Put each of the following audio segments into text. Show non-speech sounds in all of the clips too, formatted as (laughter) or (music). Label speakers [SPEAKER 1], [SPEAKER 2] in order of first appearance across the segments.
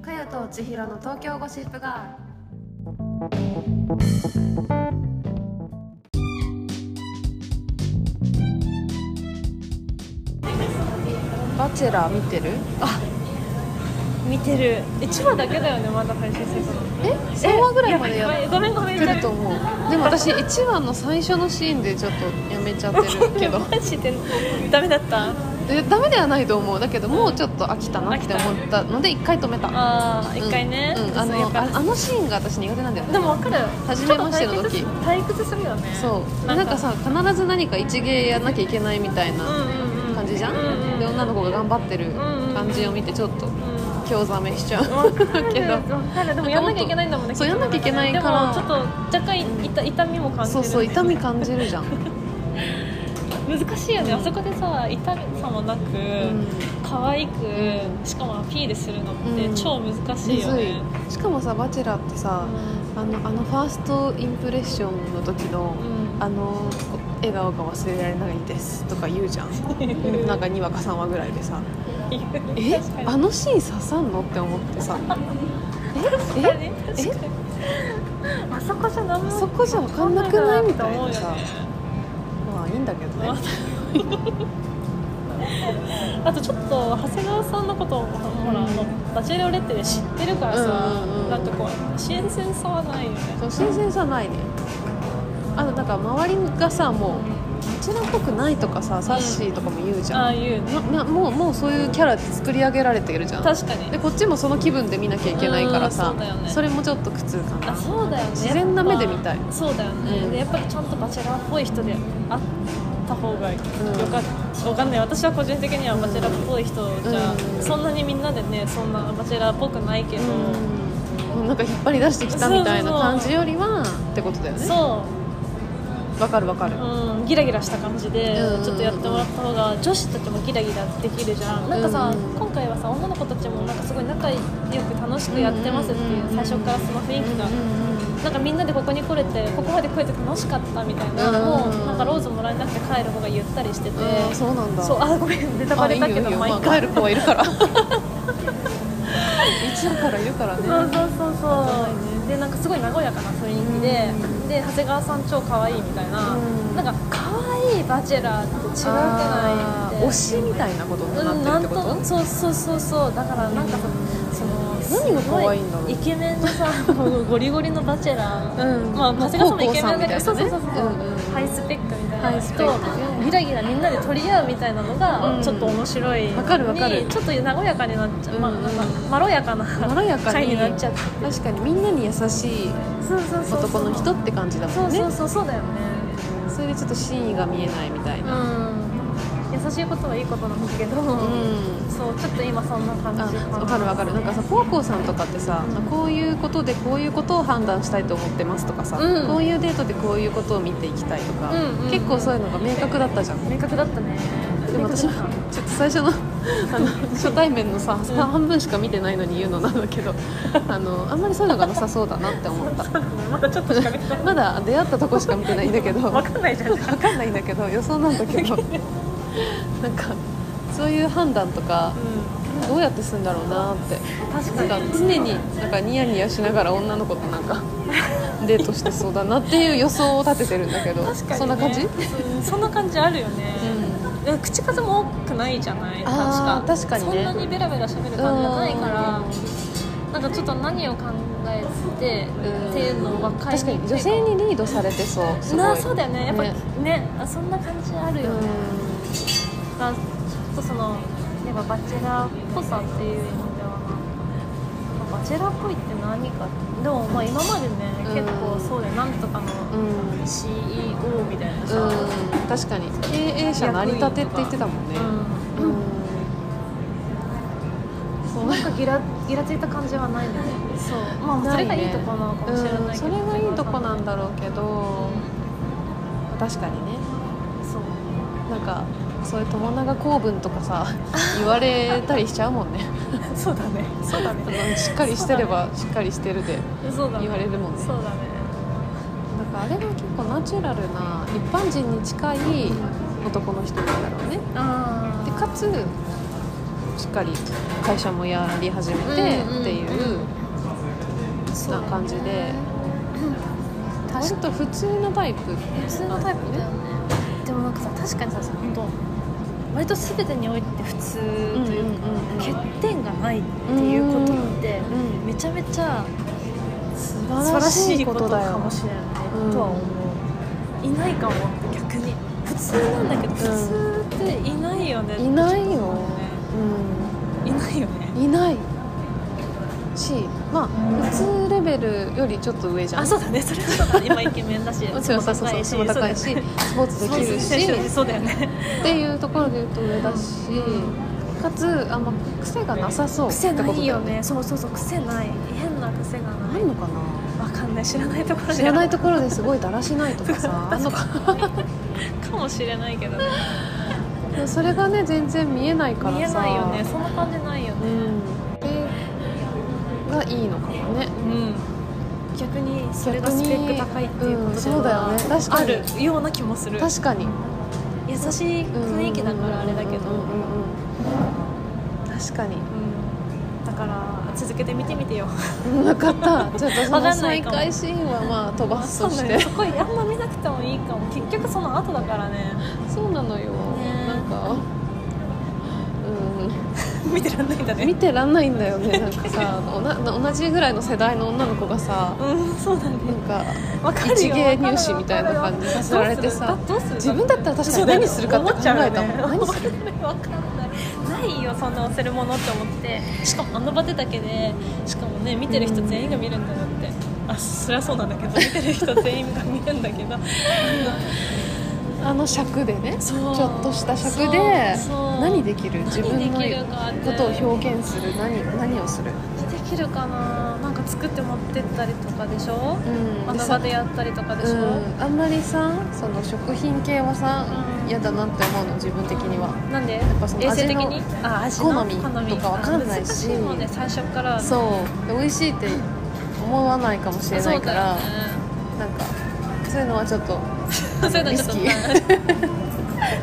[SPEAKER 1] 千尋の東京ゴシップガールバチェラー見てる
[SPEAKER 2] 見てるえ千葉だけだよねまだ配信してる
[SPEAKER 1] え3話ぐらいまでや
[SPEAKER 2] えごめんごめん
[SPEAKER 1] っ
[SPEAKER 2] ご
[SPEAKER 1] て
[SPEAKER 2] めん
[SPEAKER 1] ると思うでも私1話の最初のシーンでちょっとやめちゃってるけど (laughs)
[SPEAKER 2] マジでダメだった
[SPEAKER 1] えダメではないと思うだけどもうちょっと飽きたなって思ったので1回止めた
[SPEAKER 2] ああ一回ね、
[SPEAKER 1] うんうんあ
[SPEAKER 2] そう
[SPEAKER 1] の
[SPEAKER 2] やっぱ
[SPEAKER 1] ああのシーンが私苦手なんだよね
[SPEAKER 2] でも分かる
[SPEAKER 1] 初めましての時
[SPEAKER 2] ちょっと退屈す退屈するよね
[SPEAKER 1] そうなんかさ必ず何か一芸やんなきゃいけないみたいな感
[SPEAKER 2] 感
[SPEAKER 1] じじゃん、
[SPEAKER 2] うんうん、
[SPEAKER 1] で女の子が頑張ってる
[SPEAKER 2] んうん
[SPEAKER 1] 感じを見てちょっと
[SPEAKER 2] う
[SPEAKER 1] 興ざめしちゃう、
[SPEAKER 2] ん分かる
[SPEAKER 1] けど
[SPEAKER 2] 分かるでもやんなきゃいけないんだもんね
[SPEAKER 1] そうやんなきゃいけないから
[SPEAKER 2] でもちょっと若干いた痛みも感じる
[SPEAKER 1] そうそう痛み感じるじゃん、
[SPEAKER 2] 難しいよねあそこでさ痛みさもなく、
[SPEAKER 1] うん
[SPEAKER 2] 可愛くしかもアピールするのって
[SPEAKER 1] うん
[SPEAKER 2] 超難しいよね、
[SPEAKER 1] むずいしかもさ「バチェラー」ってさ、あのあのファーストインプレッションの時の
[SPEAKER 2] う
[SPEAKER 1] 「
[SPEAKER 2] ん
[SPEAKER 1] あの笑顔が忘れられないです」とか言うじゃんなんかにわか3話ぐらいでさ「え
[SPEAKER 2] 確かに
[SPEAKER 1] あのシーン刺さんの?」って思って
[SPEAKER 2] (laughs)
[SPEAKER 1] さ
[SPEAKER 2] 確かに確かにあそこじゃ何
[SPEAKER 1] 「
[SPEAKER 2] も
[SPEAKER 1] そこじゃ分かんなくない?」みたい
[SPEAKER 2] 思う
[SPEAKER 1] な
[SPEAKER 2] よ
[SPEAKER 1] さ
[SPEAKER 2] ね
[SPEAKER 1] まあいいんだけどね
[SPEAKER 2] まあとちょっと長谷川さんのことをほら、
[SPEAKER 1] うん
[SPEAKER 2] バチェレオレッテで知ってるからさ、
[SPEAKER 1] うんうんうん
[SPEAKER 2] なんかこう新鮮さはないよね
[SPEAKER 1] そう新鮮さないねあとなんか周りがさもうこちらっぽくないとかさサッシーとかも言うじ
[SPEAKER 2] あ
[SPEAKER 1] ゃ
[SPEAKER 2] あ
[SPEAKER 1] ん、
[SPEAKER 2] いうね
[SPEAKER 1] ななもうもうそういうキャラ作り上げられてるじゃん
[SPEAKER 2] 確かに
[SPEAKER 1] でこっちもその気分で見なきゃいけないからさ、
[SPEAKER 2] うんそうだよね
[SPEAKER 1] れもちょっと苦痛かな
[SPEAKER 2] あそうだよね
[SPEAKER 1] 自然な目で見たい
[SPEAKER 2] やっぱそうだよね、
[SPEAKER 1] うん
[SPEAKER 2] でやっぱりちゃんとバチェラーっぽい人であった方がよかった、わかんない私は個人的にはバチェラーっぽい人じゃ、
[SPEAKER 1] うん
[SPEAKER 2] そんなにみんなでねそんなバチェラーっぽくないけど、
[SPEAKER 1] うんもうなんか引っ張り出してきたみたいな
[SPEAKER 2] そうそうそう
[SPEAKER 1] 感じよりはってことだよね
[SPEAKER 2] そ
[SPEAKER 1] わかるわかる
[SPEAKER 2] う、うん、ギラギラした感じで
[SPEAKER 1] うん
[SPEAKER 2] ちょっとやってもらった方が女子たちもギラギラできるじゃんなんかさ、
[SPEAKER 1] うん
[SPEAKER 2] 今回はさ女の子たちもなんかすごい仲良く楽しくやってますっていう最初からその雰囲気がなんかみんなでここに来れてここまで来れて楽しかったみたいな
[SPEAKER 1] うん
[SPEAKER 2] もうなんかローズもらえなくて帰る方がゆったりしてて
[SPEAKER 1] ああそうなんだ
[SPEAKER 2] そうあごめんネタバレだけ
[SPEAKER 1] あい
[SPEAKER 2] ど
[SPEAKER 1] いよいいよ
[SPEAKER 2] 毎
[SPEAKER 1] まあ帰
[SPEAKER 2] 回
[SPEAKER 1] る子はいる
[SPEAKER 2] (laughs)
[SPEAKER 1] から一応からいるからね
[SPEAKER 2] そうそうそうそうでなんかすごい和やかな雰囲気で
[SPEAKER 1] うん
[SPEAKER 2] で長谷川さん超可愛いみたいな
[SPEAKER 1] うん
[SPEAKER 2] なんか可愛いバチェラーって違うく
[SPEAKER 1] あー
[SPEAKER 2] ないって
[SPEAKER 1] 推しみたいなことに
[SPEAKER 2] う
[SPEAKER 1] なんってる
[SPEAKER 2] な
[SPEAKER 1] っ
[SPEAKER 2] ん
[SPEAKER 1] てこと、
[SPEAKER 2] とそうそうそうそうだからなんかその
[SPEAKER 1] 何が可愛いんだろう
[SPEAKER 2] すごイケメンのさ (laughs) ゴリゴリのバチェラー
[SPEAKER 1] うん
[SPEAKER 2] まあ長谷川さんもイケメンだけ
[SPEAKER 1] 高
[SPEAKER 2] どそ
[SPEAKER 1] 校さ
[SPEAKER 2] う
[SPEAKER 1] んみ
[SPEAKER 2] そう
[SPEAKER 1] た
[SPEAKER 2] そ
[SPEAKER 1] いうなね
[SPEAKER 2] そう
[SPEAKER 1] うんうん
[SPEAKER 2] ハイスペックみたいな
[SPEAKER 1] ハイスペック
[SPEAKER 2] とギラギラみんなで取り合うみたいなの
[SPEAKER 1] う
[SPEAKER 2] が
[SPEAKER 1] ん
[SPEAKER 2] ちょっと面白い
[SPEAKER 1] わかるわかる
[SPEAKER 2] にちょっと和やかになっちゃうまあ
[SPEAKER 1] うんうん
[SPEAKER 2] なんかまろやかな
[SPEAKER 1] まろやかに
[SPEAKER 2] 回になっちゃって
[SPEAKER 1] 確かにみんなに優しい
[SPEAKER 2] そうそうそう
[SPEAKER 1] 男の人って感じだ
[SPEAKER 2] そ
[SPEAKER 1] もん
[SPEAKER 2] う
[SPEAKER 1] ね
[SPEAKER 2] そうそうそうだよね
[SPEAKER 1] それでちょっと真意が見えないみたいな
[SPEAKER 2] うん優しいことはいいことなんだけど
[SPEAKER 1] うん
[SPEAKER 2] そうちょっと今そんな感
[SPEAKER 1] あ
[SPEAKER 2] じな
[SPEAKER 1] 分かる分かるなんかさ高校さんとかってさ、
[SPEAKER 2] うん
[SPEAKER 1] こういうことでこういうことを判断したいと思ってますとかさ、
[SPEAKER 2] うん
[SPEAKER 1] こういうデートでこういうことを見ていきたいとか、
[SPEAKER 2] うんうんうん
[SPEAKER 1] 結構そういうのが明確だったじゃん
[SPEAKER 2] 明確だったね
[SPEAKER 1] でも私
[SPEAKER 2] 明確だ
[SPEAKER 1] はちょっと最初のあの初対面のさ、半分しか見てないのに言うのなんだけどあのあんまりそういうのがなさそうだなって思った
[SPEAKER 2] ったまだちょっとしか見てない
[SPEAKER 1] まだ出会ったとこしか見てないんだけど
[SPEAKER 2] 分かんないじゃん
[SPEAKER 1] わかんないんだけど予想なんだけ
[SPEAKER 2] (laughs)
[SPEAKER 1] どなんかそういう判断とかどうやってするんだろうなって
[SPEAKER 2] 確
[SPEAKER 1] なんか常になんかニヤニヤしながら女の子となんかデートしてそうだなっていう予想を立ててるんだけど
[SPEAKER 2] 確かにね
[SPEAKER 1] そんな感じ、
[SPEAKER 2] うんそんな感じあるよね、いや口数も多くないじゃない確
[SPEAKER 1] あ
[SPEAKER 2] か
[SPEAKER 1] ー確かにね
[SPEAKER 2] そんなにベラベラ喋る感じがないからなんかちょっと何を考えて
[SPEAKER 1] うん
[SPEAKER 2] っていうのは
[SPEAKER 1] 確かに女性にリードされてそうすごい
[SPEAKER 2] なあそうだよねやっぱ
[SPEAKER 1] ね
[SPEAKER 2] ねあそんな感じあるよね、がちょっとそのやっぱバチェラーっぽさっていう意味ではなまあバチェラーっぽいって何かでもまあ今までね、
[SPEAKER 1] うん
[SPEAKER 2] 結構そうだよなんとか
[SPEAKER 1] う
[SPEAKER 2] の
[SPEAKER 1] ん、うん
[SPEAKER 2] CEO みたいなさ、
[SPEAKER 1] うん、確かに経営者成り立てって言ってたもんね、
[SPEAKER 2] う
[SPEAKER 1] うんんそう
[SPEAKER 2] なんかギラギラついた感じはないんだねそうまあそ
[SPEAKER 1] ない
[SPEAKER 2] れ
[SPEAKER 1] ね
[SPEAKER 2] がいいとこなのかもしれないけ
[SPEAKER 1] う
[SPEAKER 2] ど、
[SPEAKER 1] ん、それがいいとこなんだ
[SPEAKER 2] ろ
[SPEAKER 1] ろうけど、確かにね
[SPEAKER 2] そう
[SPEAKER 1] なんかそういう友永公文とかさ言われたりしちゃうもんね
[SPEAKER 2] そうだねそうだ
[SPEAKER 1] あのしっかりしてればしっかりしてるで
[SPEAKER 2] そうだね
[SPEAKER 1] 言われるもんね
[SPEAKER 2] そうだね
[SPEAKER 1] なんかあれが結構ナチュラルな一般人に近い男の人なんだろうね
[SPEAKER 2] あ
[SPEAKER 1] でかつしっかり会社もやり始めてっていう、
[SPEAKER 2] うんうんうんそう
[SPEAKER 1] な
[SPEAKER 2] だね
[SPEAKER 1] 感じで
[SPEAKER 2] うん
[SPEAKER 1] 割と普通のタイプ
[SPEAKER 2] 普通のタイプだよねでもなんかさ確かにさ本当割と全てにおいて普通というか、
[SPEAKER 1] うんうんうんうん
[SPEAKER 2] 欠点がないっていうことって
[SPEAKER 1] うん
[SPEAKER 2] めちゃめちゃ
[SPEAKER 1] 素
[SPEAKER 2] 素晴
[SPEAKER 1] 晴
[SPEAKER 2] ら
[SPEAKER 1] ら
[SPEAKER 2] し
[SPEAKER 1] し
[SPEAKER 2] い
[SPEAKER 1] い
[SPEAKER 2] こ
[SPEAKER 1] こととだ
[SPEAKER 2] かも
[SPEAKER 1] よ
[SPEAKER 2] しれないね
[SPEAKER 1] うん
[SPEAKER 2] とは思ういないかも逆に普通なんだけど普通っていないよねって
[SPEAKER 1] いない
[SPEAKER 2] ちょっと
[SPEAKER 1] よ
[SPEAKER 2] 思うね、
[SPEAKER 1] う
[SPEAKER 2] いないよね
[SPEAKER 1] ん、いないしまあ普通レベルよりちょっと上じゃん
[SPEAKER 2] あそうだねそれはそうだね今イケメンだし
[SPEAKER 1] もちろ (laughs) んそうそうそう背も高いしスポーツで
[SPEAKER 2] そう
[SPEAKER 1] きるし
[SPEAKER 2] だよねそうだよね
[SPEAKER 1] っていうところで言うと上だしかつあんま癖がなさそうって
[SPEAKER 2] 癖
[SPEAKER 1] ことだ
[SPEAKER 2] ないよ
[SPEAKER 1] ね
[SPEAKER 2] ねそうそうそう癖ない変な癖がな
[SPEAKER 1] ないいのかな
[SPEAKER 2] わかんない知らないところで
[SPEAKER 1] 知らないところですごいだらしないとかさあんのか
[SPEAKER 2] かもしれないけどね
[SPEAKER 1] それがね全然見えないからさ
[SPEAKER 2] 見えないよねそんな感じないよ
[SPEAKER 1] う
[SPEAKER 2] ね
[SPEAKER 1] んでがいいのかもね
[SPEAKER 2] うん逆にそれがスペック高いっていうこ
[SPEAKER 1] う
[SPEAKER 2] とでは、
[SPEAKER 1] んそうだよね確かに
[SPEAKER 2] あるような気もする
[SPEAKER 1] 確かに
[SPEAKER 2] 優しい雰囲気だからあれだ
[SPEAKER 1] う
[SPEAKER 2] けど、
[SPEAKER 1] んうんうんうん確かに
[SPEAKER 2] うんだから続けて見てみてよ
[SPEAKER 1] 分かったちょっとその
[SPEAKER 2] わかんな
[SPEAKER 1] 再
[SPEAKER 2] いかも
[SPEAKER 1] 開シーンはまあ飛ばすとし
[SPEAKER 2] そうだ
[SPEAKER 1] て
[SPEAKER 2] ねそこあんま見なくてもいいかも結局その後だからね
[SPEAKER 1] そうなのよ、
[SPEAKER 2] ね
[SPEAKER 1] なんかう
[SPEAKER 2] 見てらんないんだ
[SPEAKER 1] ん見
[SPEAKER 2] ね
[SPEAKER 1] てらんないんだよ
[SPEAKER 2] (laughs)
[SPEAKER 1] ねなんかさおな同じぐらいの世代の女の子がさ
[SPEAKER 2] うんそうだね
[SPEAKER 1] なんか
[SPEAKER 2] わかるよ
[SPEAKER 1] 一芸入試みたいな感じさせられてさ
[SPEAKER 2] どうする
[SPEAKER 1] 自分だったら確かに何するかって考えたもん、何する
[SPEAKER 2] わかんないないよそんな押せるものって思ってしかもあの場でだけでしかもね見てる人全員が見るんだよって、あそりゃそうなんだけど見てる人全員が見るんだけど
[SPEAKER 1] あの尺でねち
[SPEAKER 2] そ
[SPEAKER 1] ょ
[SPEAKER 2] う
[SPEAKER 1] っとした尺で
[SPEAKER 2] そうそう
[SPEAKER 1] 何できる自分の
[SPEAKER 2] 何できるかって
[SPEAKER 1] ことを表現する何何をする、
[SPEAKER 2] できるかななんか作って持ってったりとかでしょ、
[SPEAKER 1] うん
[SPEAKER 2] あ
[SPEAKER 1] で
[SPEAKER 2] の
[SPEAKER 1] さ
[SPEAKER 2] 場でやったりとかでし
[SPEAKER 1] う
[SPEAKER 2] ょ、
[SPEAKER 1] ん、あんまりさその食品系はさ
[SPEAKER 2] うん
[SPEAKER 1] 嫌、だなって思うの自分的には、
[SPEAKER 2] なんで
[SPEAKER 1] ぱその
[SPEAKER 2] 衛生
[SPEAKER 1] 味
[SPEAKER 2] 的
[SPEAKER 1] の
[SPEAKER 2] にあ味
[SPEAKER 1] 好みとかわかんないし
[SPEAKER 2] あ難しいもんね最初から
[SPEAKER 1] そうで美味しいって思わないかもしれないから、
[SPEAKER 2] そうだよね
[SPEAKER 1] なんかそういうのはちょっと
[SPEAKER 2] そういうのちょっと (laughs)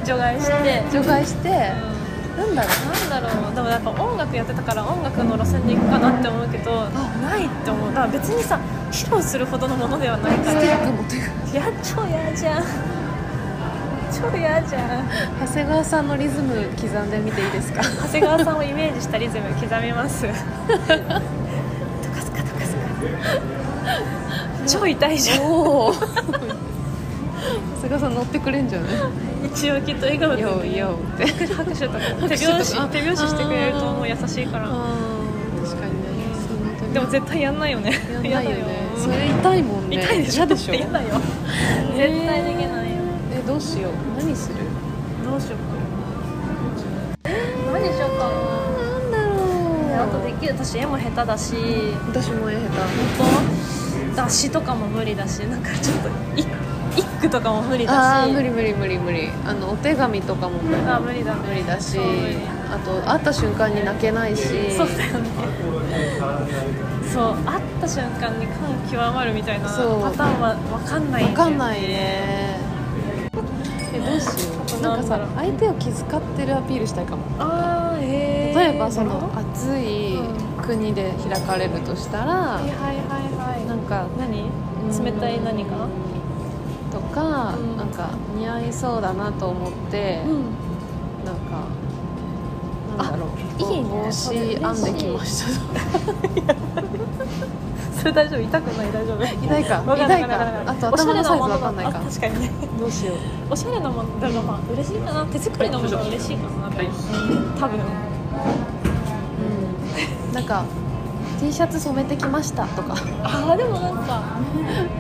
[SPEAKER 2] 除外して、
[SPEAKER 1] 除外して
[SPEAKER 2] う
[SPEAKER 1] なんだろ
[SPEAKER 2] ん、なんだろうでもやっぱ音楽やってたから音楽の路線で行くかなって思うけどないって思うだから別にさ披露するほどのものではないうか
[SPEAKER 1] ス
[SPEAKER 2] ら
[SPEAKER 1] テ
[SPEAKER 2] や
[SPEAKER 1] ィック持ってくる
[SPEAKER 2] 超嫌じゃん超嫌じゃん
[SPEAKER 1] 長谷川さんのリズム刻んでみていいですか
[SPEAKER 2] 長谷川さんをイメージしたリズム刻みますトカスカトカスカ超痛いじゃん
[SPEAKER 1] おお (laughs) 長谷川さん乗ってくれんじゃない
[SPEAKER 2] 一応きっと笑顔 (laughs) で、ね、
[SPEAKER 1] よいよって
[SPEAKER 2] 拍手とか手
[SPEAKER 1] 手
[SPEAKER 2] 拍
[SPEAKER 1] 拍
[SPEAKER 2] 子
[SPEAKER 1] 子
[SPEAKER 2] 手拍子してくれると思う優しいから
[SPEAKER 1] 確かにねその手
[SPEAKER 2] でも絶対やんないよね。
[SPEAKER 1] やんないよね
[SPEAKER 2] やだ
[SPEAKER 1] それ痛いもんね
[SPEAKER 2] 痛いでし
[SPEAKER 1] 嫌
[SPEAKER 2] ょ。
[SPEAKER 1] でしょ
[SPEAKER 2] 嫌だよ。 (laughs) 絶対できないよ。
[SPEAKER 1] えどうしよう何する
[SPEAKER 2] どうしようか。何しようか
[SPEAKER 1] なんだ
[SPEAKER 2] な。あと
[SPEAKER 1] ろ
[SPEAKER 2] できる私絵も下手だし、
[SPEAKER 1] 私も絵下
[SPEAKER 2] 本当出しとかも無理だし、なんかちょっと一一句とかも無理
[SPEAKER 1] 手あ
[SPEAKER 2] だ
[SPEAKER 1] あ
[SPEAKER 2] し。
[SPEAKER 1] 無理無理無理無理あのお手紙とかも無
[SPEAKER 2] あー無理だ無
[SPEAKER 1] 理だし
[SPEAKER 2] そう無理
[SPEAKER 1] あと会った瞬間に泣けないし
[SPEAKER 2] そうだよね。そう会った瞬間に感極まるみたいなパター
[SPEAKER 1] そう
[SPEAKER 2] ンはわかんな
[SPEAKER 1] わ
[SPEAKER 2] いよね。
[SPEAKER 1] かんないねえどうしようなんか
[SPEAKER 2] なんだろう
[SPEAKER 1] さ相手を気遣ってるアピールしたいかも
[SPEAKER 2] あーへー
[SPEAKER 1] 例えばその
[SPEAKER 2] は
[SPEAKER 1] 暑い国で開かれるとしたら
[SPEAKER 2] いはいはいはい。
[SPEAKER 1] なんか
[SPEAKER 2] 何
[SPEAKER 1] うん
[SPEAKER 2] 冷たい何か
[SPEAKER 1] とか、
[SPEAKER 2] うん
[SPEAKER 1] なんか似合いそうだなと思って、
[SPEAKER 2] ん
[SPEAKER 1] なんかなんだろう
[SPEAKER 2] あいいね
[SPEAKER 1] 帽
[SPEAKER 2] それ嬉し
[SPEAKER 1] 子
[SPEAKER 2] い
[SPEAKER 1] 編んできました
[SPEAKER 2] それ大丈夫痛くない大丈夫
[SPEAKER 1] 痛いか
[SPEAKER 2] わかんな
[SPEAKER 1] 痛
[SPEAKER 2] い
[SPEAKER 1] い
[SPEAKER 2] わんない
[SPEAKER 1] かあと
[SPEAKER 2] おしゃ
[SPEAKER 1] 頭
[SPEAKER 2] れ
[SPEAKER 1] のサイズ
[SPEAKER 2] もの
[SPEAKER 1] わかんないか
[SPEAKER 2] あ確かにね
[SPEAKER 1] どうしよう
[SPEAKER 2] おしゃれなものだからまあ嬉しいかな手作りのものが嬉しいかな多分
[SPEAKER 1] うんなんか T シャツ染めてきましたとか
[SPEAKER 2] ああでもなんか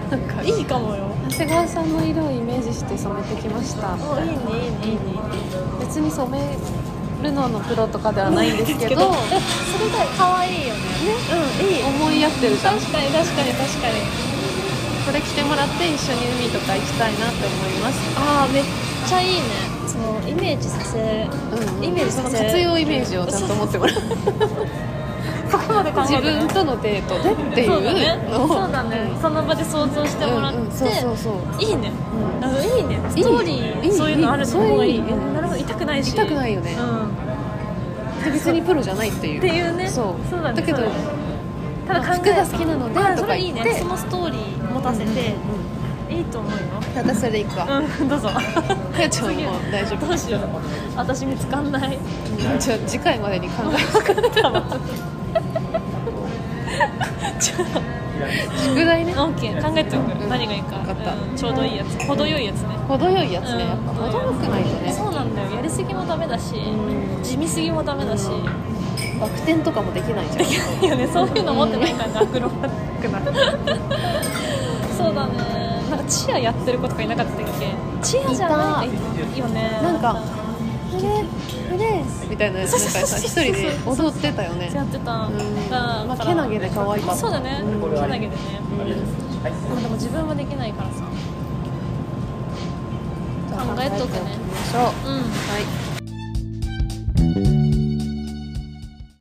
[SPEAKER 1] なんか
[SPEAKER 2] いいかもよ
[SPEAKER 1] 長谷川さんの色をイメージして染めてきました
[SPEAKER 2] もういいねいいねいいね
[SPEAKER 1] 別に染めるののプロとかではないんですけど
[SPEAKER 2] えそれが可愛いよねうんいい
[SPEAKER 1] 思い合ってるじゃん
[SPEAKER 2] 確かに確かに確かに
[SPEAKER 1] これ着てもらって一緒に海とか行きたいなって思います
[SPEAKER 2] ああめっちゃいいねそのイメージさせ
[SPEAKER 1] うん
[SPEAKER 2] イメージ
[SPEAKER 1] その
[SPEAKER 2] させ
[SPEAKER 1] 活用イメージをちゃんと持ってもらう
[SPEAKER 2] そこまで考えて
[SPEAKER 1] 自
[SPEAKER 2] ない
[SPEAKER 1] 分とのデートでってい
[SPEAKER 2] そうだ
[SPEAKER 1] う
[SPEAKER 2] ね
[SPEAKER 1] のを
[SPEAKER 2] そうだねその場で想像してもらって、
[SPEAKER 1] うんうんそうそうそう、
[SPEAKER 2] いいね
[SPEAKER 1] うん
[SPEAKER 2] あのいいねストーリー
[SPEAKER 1] いい
[SPEAKER 2] そういうのあるのもいい
[SPEAKER 1] いいそういううん
[SPEAKER 2] なるほど痛くないし
[SPEAKER 1] 痛くないよね
[SPEAKER 2] うん、っ
[SPEAKER 1] で別にプロじゃないっていう
[SPEAKER 2] ていうね
[SPEAKER 1] そう
[SPEAKER 2] だね
[SPEAKER 1] けど
[SPEAKER 2] そうだねただ考え
[SPEAKER 1] 服が好きなので
[SPEAKER 2] あ
[SPEAKER 1] と
[SPEAKER 2] そ
[SPEAKER 1] か
[SPEAKER 2] れい
[SPEAKER 1] 言
[SPEAKER 2] い
[SPEAKER 1] って
[SPEAKER 2] ねそのストーリー持たせて、いいと思うよ
[SPEAKER 1] 私それ行くわ
[SPEAKER 2] うんど (laughs) うぞ
[SPEAKER 1] か (laughs) よちゃんも大丈
[SPEAKER 2] どうしよう私見つかんない
[SPEAKER 1] 夫ちょ次回までに考
[SPEAKER 2] (laughs) ちょっと
[SPEAKER 1] え宿題ね
[SPEAKER 2] OK 考えておく、
[SPEAKER 1] うん
[SPEAKER 2] 何がいいか
[SPEAKER 1] わかった
[SPEAKER 2] うんちょうどいいやつ程よいやつね
[SPEAKER 1] 程よいやつねやっぱ
[SPEAKER 2] うん
[SPEAKER 1] 程よくないとね
[SPEAKER 2] そうなんだよやりすぎもダメだし、
[SPEAKER 1] ん
[SPEAKER 2] 地味すぎもダメだし、
[SPEAKER 1] うんバク転とかもできないじゃん
[SPEAKER 2] いいよねそういうの持ってないからアクロバックなそうだねなんかチアやってる子とかいなかったっけチアじゃないいよね
[SPEAKER 1] なんか「フレフレース」みたいなやつなんかさ一人で踊ってたよね
[SPEAKER 2] やってた、
[SPEAKER 1] うん
[SPEAKER 2] だ
[SPEAKER 1] まあ
[SPEAKER 2] から
[SPEAKER 1] けなげで可愛かった
[SPEAKER 2] そうだね
[SPEAKER 1] うん
[SPEAKER 2] けなげでね、
[SPEAKER 1] うん
[SPEAKER 2] でもでも自分はできないからさ
[SPEAKER 1] じゃあ
[SPEAKER 2] 考えとく
[SPEAKER 1] 考えてお
[SPEAKER 2] ね
[SPEAKER 1] きましょう
[SPEAKER 2] うん
[SPEAKER 1] はい